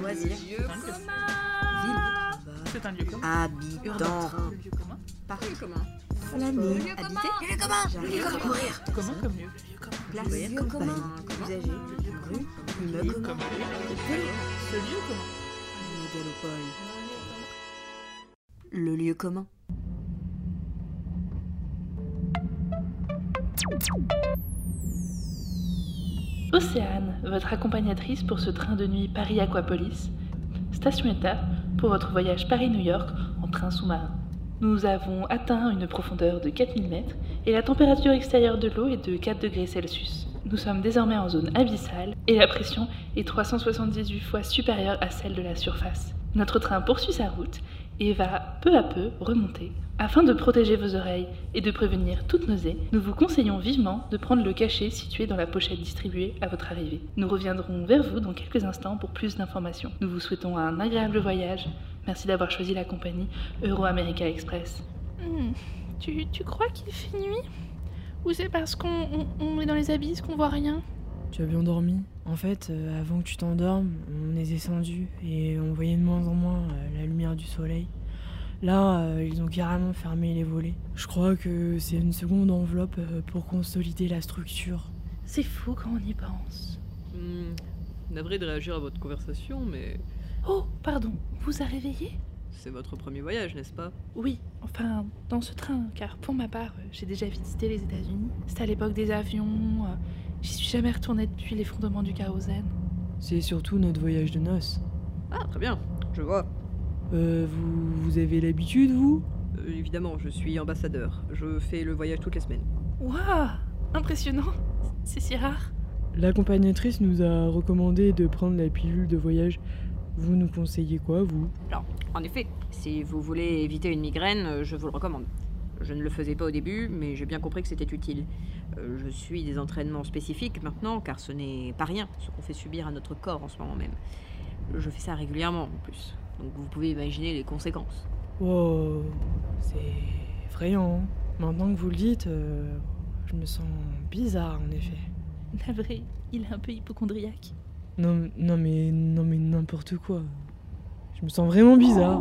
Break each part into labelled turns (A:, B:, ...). A: loisir.
B: Lieu commun.
A: Ville.
C: C'est un lieu commun.
A: Habitant.
C: Un lieu commun.
A: Parc.
B: Lieu commun.
A: Flâner.
B: Lieu commun.
A: Habiter. Jardin.
C: Comment comme lieu
A: Place.
D: Lieu
A: Compagnie.
D: commun.
A: Usager. Rue. Immeuble.
C: Lieu commun. Ce lieu commun.
A: Mégalopole. Le lieu commun.
E: Océane, votre accompagnatrice pour ce train de nuit Paris Aquapolis, station étape pour votre voyage Paris-New York en train sous-marin. Nous avons atteint une profondeur de 4000 mètres et la température extérieure de l'eau est de 4 degrés Celsius. Nous sommes désormais en zone abyssale et la pression est 378 fois supérieure à celle de la surface. Notre train poursuit sa route et va peu à peu remonter. Afin de protéger vos oreilles et de prévenir toute nausée, nous vous conseillons vivement de prendre le cachet situé dans la pochette distribuée à votre arrivée. Nous reviendrons vers vous dans quelques instants pour plus d'informations. Nous vous souhaitons un agréable voyage. Merci d'avoir choisi la compagnie Euro America Express.
F: Hmm. Tu, tu crois qu'il fait nuit Ou c'est parce qu'on on- on est dans les abysses qu'on voit rien
G: Tu as bien dormi En fait, euh, avant que tu t'endormes, on est descendu et on voyait de moins en moins euh, la lumière du soleil. Là, euh, ils ont carrément fermé les volets. Je crois que c'est une seconde enveloppe euh, pour consolider la structure.
E: C'est fou quand on y pense.
B: Hmm,
D: Navré de réagir à votre conversation, mais
F: Oh, pardon, vous a réveillé
D: c'est votre premier voyage, n'est-ce pas
F: Oui, enfin, dans ce train, car pour ma part, euh, j'ai déjà visité les États-Unis. C'était à l'époque des avions. euh, J'y suis jamais retournée depuis l'effondrement du kérosène.
G: C'est surtout notre voyage de noces.
D: Ah, très bien, je vois.
G: Euh, vous, vous avez l'habitude, vous
D: Euh, évidemment, je suis ambassadeur. Je fais le voyage toutes les semaines.
F: Waouh Impressionnant C'est si rare
G: L'accompagnatrice nous a recommandé de prendre la pilule de voyage. Vous nous conseillez quoi, vous
B: En effet.
D: Si vous voulez éviter une migraine, euh, je vous le recommande. Je ne le faisais pas au début, mais j'ai bien compris que c'était utile. Euh, Je suis des entraînements spécifiques maintenant, car ce n'est pas rien ce qu'on fait subir à notre corps en ce moment même. Je fais ça régulièrement en plus, donc vous pouvez imaginer les conséquences.
G: Wow, c'est effrayant. hein. Maintenant que vous le dites, euh, je me sens bizarre en effet.
F: Navré, il est un peu hypochondriaque.
G: Non, m- non mais non mais n'importe quoi. Je me sens vraiment bizarre.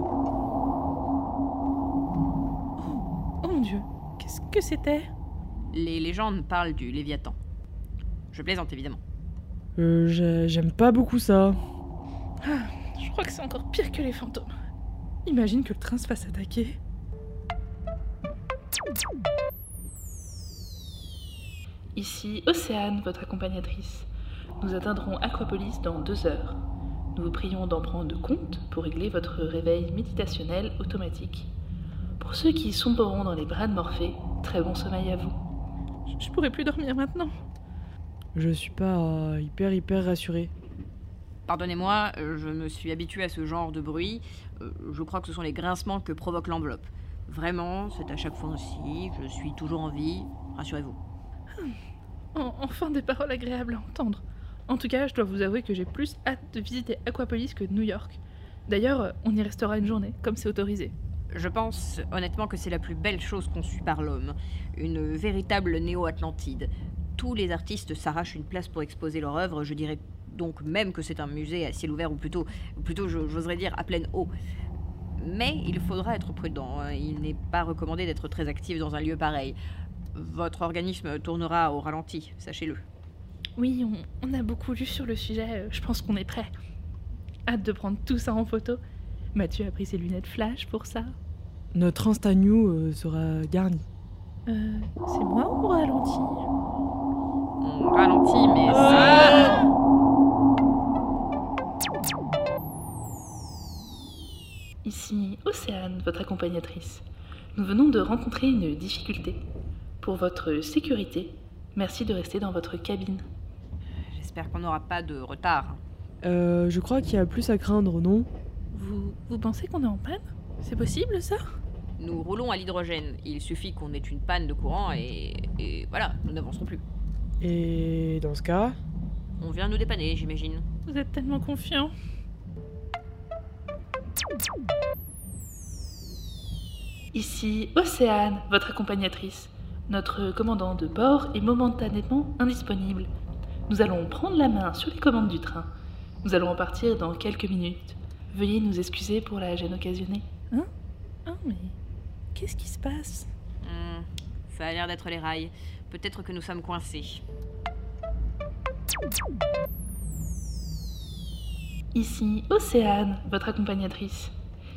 F: Oh mon dieu, qu'est-ce que c'était
D: Les légendes parlent du Léviathan. Je plaisante évidemment.
G: Euh, j'ai- J'aime pas beaucoup ça.
F: Je crois que c'est encore pire que les fantômes. Imagine que le train se fasse attaquer.
E: Ici Océane, votre accompagnatrice. Nous atteindrons Aquapolis dans deux heures. Nous vous prions d'en prendre compte pour régler votre réveil méditationnel automatique. Pour ceux qui sombreront dans les bras de Morphée, très bon sommeil à vous.
F: Je- Je pourrais plus dormir maintenant.
G: Je suis pas euh, hyper hyper rassuré.
D: Pardonnez-moi, euh, je me suis habituée à ce genre de bruit. Euh, Je crois que ce sont les grincements que provoque l'enveloppe. Vraiment, c'est à chaque fois ainsi. Je suis toujours en vie. Rassurez-vous.
F: En- enfin des paroles agréables à entendre. En tout cas, je dois vous avouer que j'ai plus hâte de visiter Aquapolis que New York. D'ailleurs, euh, on y restera une journée, comme c'est autorisé.
D: Je pense honnêtement que c'est la plus belle chose conçue par l'homme, une véritable néo-Atlantide. Tous les artistes s'arrachent une place pour exposer leur œuvre, je dirais donc même que c'est un musée à ciel ouvert ou plutôt, ou plutôt je- j'oserais dire à pleine eau. Mais il faudra être prudent, hein. il n'est pas recommandé d'être très actif dans un lieu pareil. Votre organisme tournera au ralenti, sachez-le.
F: Oui, on, on a beaucoup lu sur le sujet, euh, je pense qu'on est prêt. Hâte de prendre tout ça en photo. Mathieu a pris ses lunettes flash pour ça.
G: Notre Insta New euh, sera garni.
F: Euh, c'est moi ou on ralentit
D: On ralentit, mais...
E: Ici Océane, votre accompagnatrice. Nous venons de rencontrer une difficulté. Pour votre sécurité, merci de rester dans votre cabine.
D: J'espère qu'on n'aura pas de retard.
G: Euh, je crois qu'il y a plus à craindre, non
F: vous, vous pensez qu'on est en panne C'est possible ça
D: Nous roulons à l'hydrogène. Il suffit qu'on ait une panne de courant et, et voilà, nous n'avancerons plus.
G: Et dans ce cas,
D: On vient nous dépanner, j'imagine.
F: Vous êtes tellement confiant.
E: Ici Océane, votre accompagnatrice. Notre commandant de bord est momentanément indisponible. Nous allons prendre la main sur les commandes du train. Nous allons repartir dans quelques minutes. Veuillez nous excuser pour la gêne occasionnée.
F: Ah, mais. Qu'est-ce qui se passe
D: Hmm, ça a l'air d'être les rails. Peut-être que nous sommes coincés.
E: Ici, Océane, votre accompagnatrice.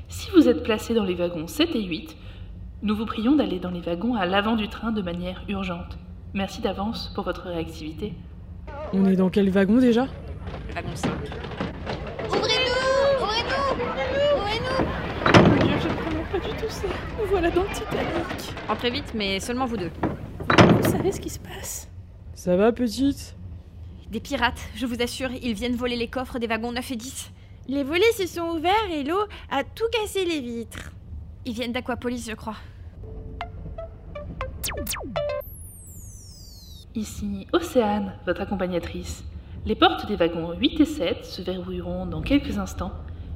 E: Si vous êtes placé dans les wagons 7 et 8, nous vous prions d'aller dans les wagons à l'avant du train de manière urgente. Merci d'avance pour votre réactivité.
G: On est dans quel wagon déjà
D: Le wagon 5.
H: Ouvrez-nous Ouvrez-nous Ouvrez-nous
F: Mon Dieu, j'aime vraiment pas du tout ça. Nous voilà dans le Titanic.
D: Entrez vite, mais seulement vous deux.
F: Vous savez ce qui se passe
G: Ça va, petite
D: Des pirates, je vous assure, ils viennent voler les coffres des wagons 9 et 10.
I: Les volets se sont ouverts et l'eau a tout cassé les vitres.
D: Ils viennent d'Aquapolis, je crois.
E: Ici, Océane, votre accompagnatrice. Les portes des wagons 8 et 7 se verrouilleront dans quelques instants.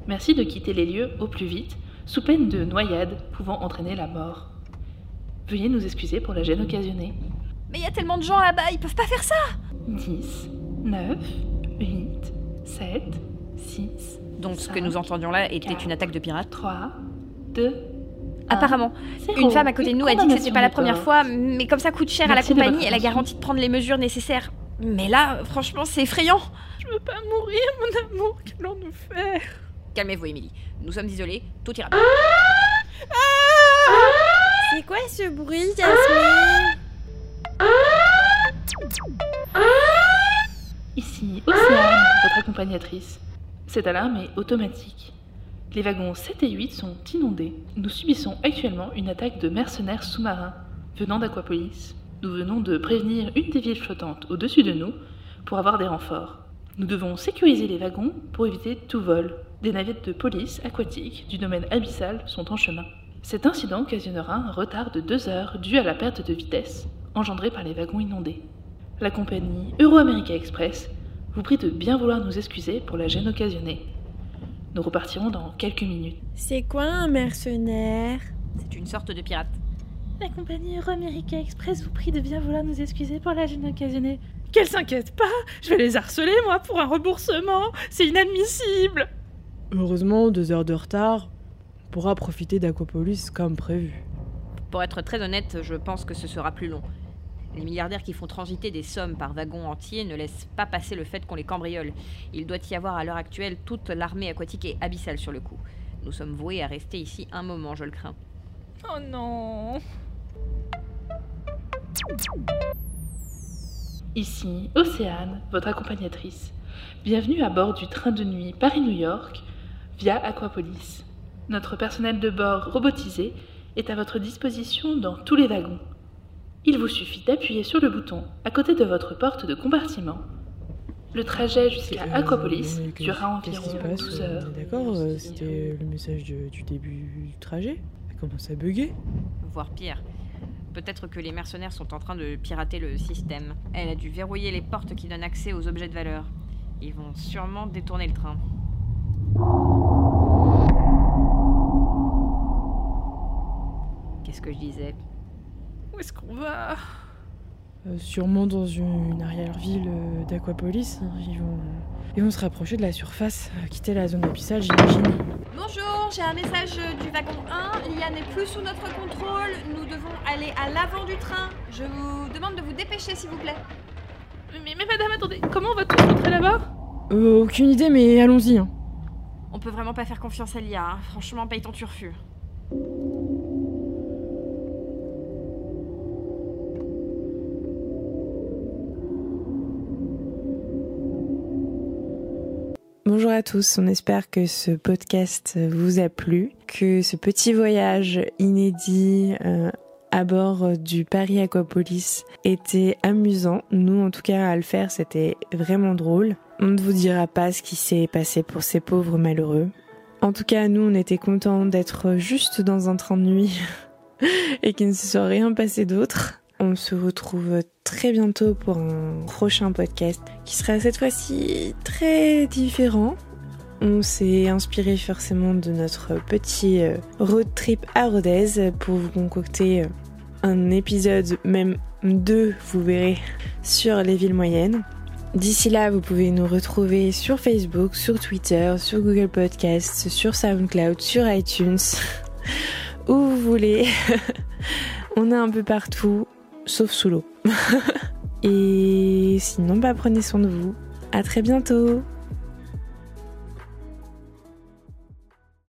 E: Merci de quitter les lieux au plus vite, sous peine de noyade pouvant entraîner la mort. Veuillez nous excuser pour la gêne occasionnée.
D: Mais il y a tellement de gens là-bas, ils peuvent pas faire ça
E: 10, 9, 8, 7, 6,
D: Donc ce
E: Cinq,
D: que nous entendions là était
E: quatre,
D: une attaque de pirates.
E: 3, 2,
D: Apparemment, une femme à côté de nous a dit que c'était pas la première
F: euh
D: fois, mais comme ça coûte cher
E: Merci
D: à
E: de
D: la
E: votre
D: compagnie, elle a
E: attention.
D: garanti de prendre les mesures nécessaires. Mais là, franchement, c'est effrayant.
F: Je veux pas mourir, mon amour. Qu'allons-nous faire
D: Calmez-vous, Émilie. Nous sommes isolés, tout ira bien.
I: C'est quoi ce bruit, Jasmine
E: Ici, Océane, votre accompagnatrice. Cette alarme est automatique. Les wagons 7 et 8 sont inondés. Nous subissons actuellement une attaque de mercenaires sous-marins venant d'Aquapolis. Nous venons de prévenir une des villes flottantes au-dessus de nous pour avoir des renforts. Nous devons sécuriser les wagons pour éviter tout vol. Des navettes de police aquatique du domaine abyssal sont en chemin. Cet incident occasionnera un retard de deux heures dû à la perte de vitesse engendrée par les wagons inondés. La compagnie Euro-America Express vous prie de bien vouloir nous excuser pour la gêne occasionnée. Nous repartirons dans quelques minutes.
I: C'est quoi un mercenaire
D: C'est une sorte de pirate.
I: La compagnie Euro-America Express vous prie de bien vouloir nous excuser pour la gêne occasionnée.
F: Qu'elles s'inquiètent pas. Je vais les harceler, moi, pour un remboursement. C'est inadmissible.
G: Heureusement, deux heures de retard, on pourra profiter d'Aquapolis comme prévu.
D: Pour être très honnête, je pense que ce sera plus long. Les milliardaires qui font transiter des sommes par wagon entier ne laissent pas passer le fait qu'on les cambriole. Il doit y avoir à l'heure actuelle toute l'armée aquatique et abyssale sur le coup. Nous sommes voués à rester ici un moment, je le crains.
F: Oh non.
E: Ici, Océane, votre accompagnatrice. Bienvenue à bord du train de nuit Paris-New York via Aquapolis. Notre personnel de bord robotisé est à votre disposition dans tous les wagons. Il vous suffit d'appuyer sur le bouton à côté de votre porte de compartiment. Le trajet jusqu'à
G: Euh,
E: Aquapolis
G: mais qu'est-ce-
E: durera
G: qu'est-ce
E: environ
G: qui se passe
E: 12
G: On est
E: heures.
G: D'accord, euh, c'était le message de- du début du trajet. Ça commence à bugger.
D: Voire pire. Peut-être que les mercenaires sont en train de pirater le système. Elle a dû verrouiller les portes qui donnent accès aux objets de valeur. Ils vont sûrement détourner le train. Qu'est-ce que je disais
F: Où est-ce qu'on va
G: Euh, sûrement dans une, une arrière-ville euh, d'Aquapolis. hein, Ils, vont, ils vont se rapprocher de la surface, euh, quitter la zone abyssale, j'imagine.
H: Bonjour, j'ai un message euh, du wagon 1. L'IA n'est plus sous notre contrôle. Nous devons aller à l'avant du train. Je vous demande de vous dépêcher, s'il vous plaît.
F: mais, mais madame, attendez, comment on va tous rentrer là-bas
G: Euh, aucune idée, mais allons-y. hein.
D: On peut vraiment pas faire confiance à l'IA, hein. franchement, paye ton turfu.
J: Bonjour à tous, on espère que ce podcast vous a plu, que ce petit voyage inédit euh, à bord du Paris Aquapolis était amusant. Nous, en tout cas, à le faire, c'était vraiment drôle. On ne vous dira pas ce qui s'est passé pour ces pauvres malheureux. En tout cas, nous, on était contents d'être juste dans un train de nuit et qu'il ne se soit rien passé d'autre. On se retrouve très bientôt pour un prochain podcast qui sera cette fois-ci très différent. On s'est inspiré forcément de notre petit euh, road trip à Rodez pour vous concocter euh, un épisode, même deux, vous verrez, sur les villes moyennes.
G: D'ici là, vous pouvez nous retrouver sur Facebook, sur Twitter, sur Google Podcasts, sur SoundCloud, sur iTunes, où vous voulez. On est un peu partout, sauf sous l'eau. Et sinon, bah, prenez soin de vous. À très bientôt!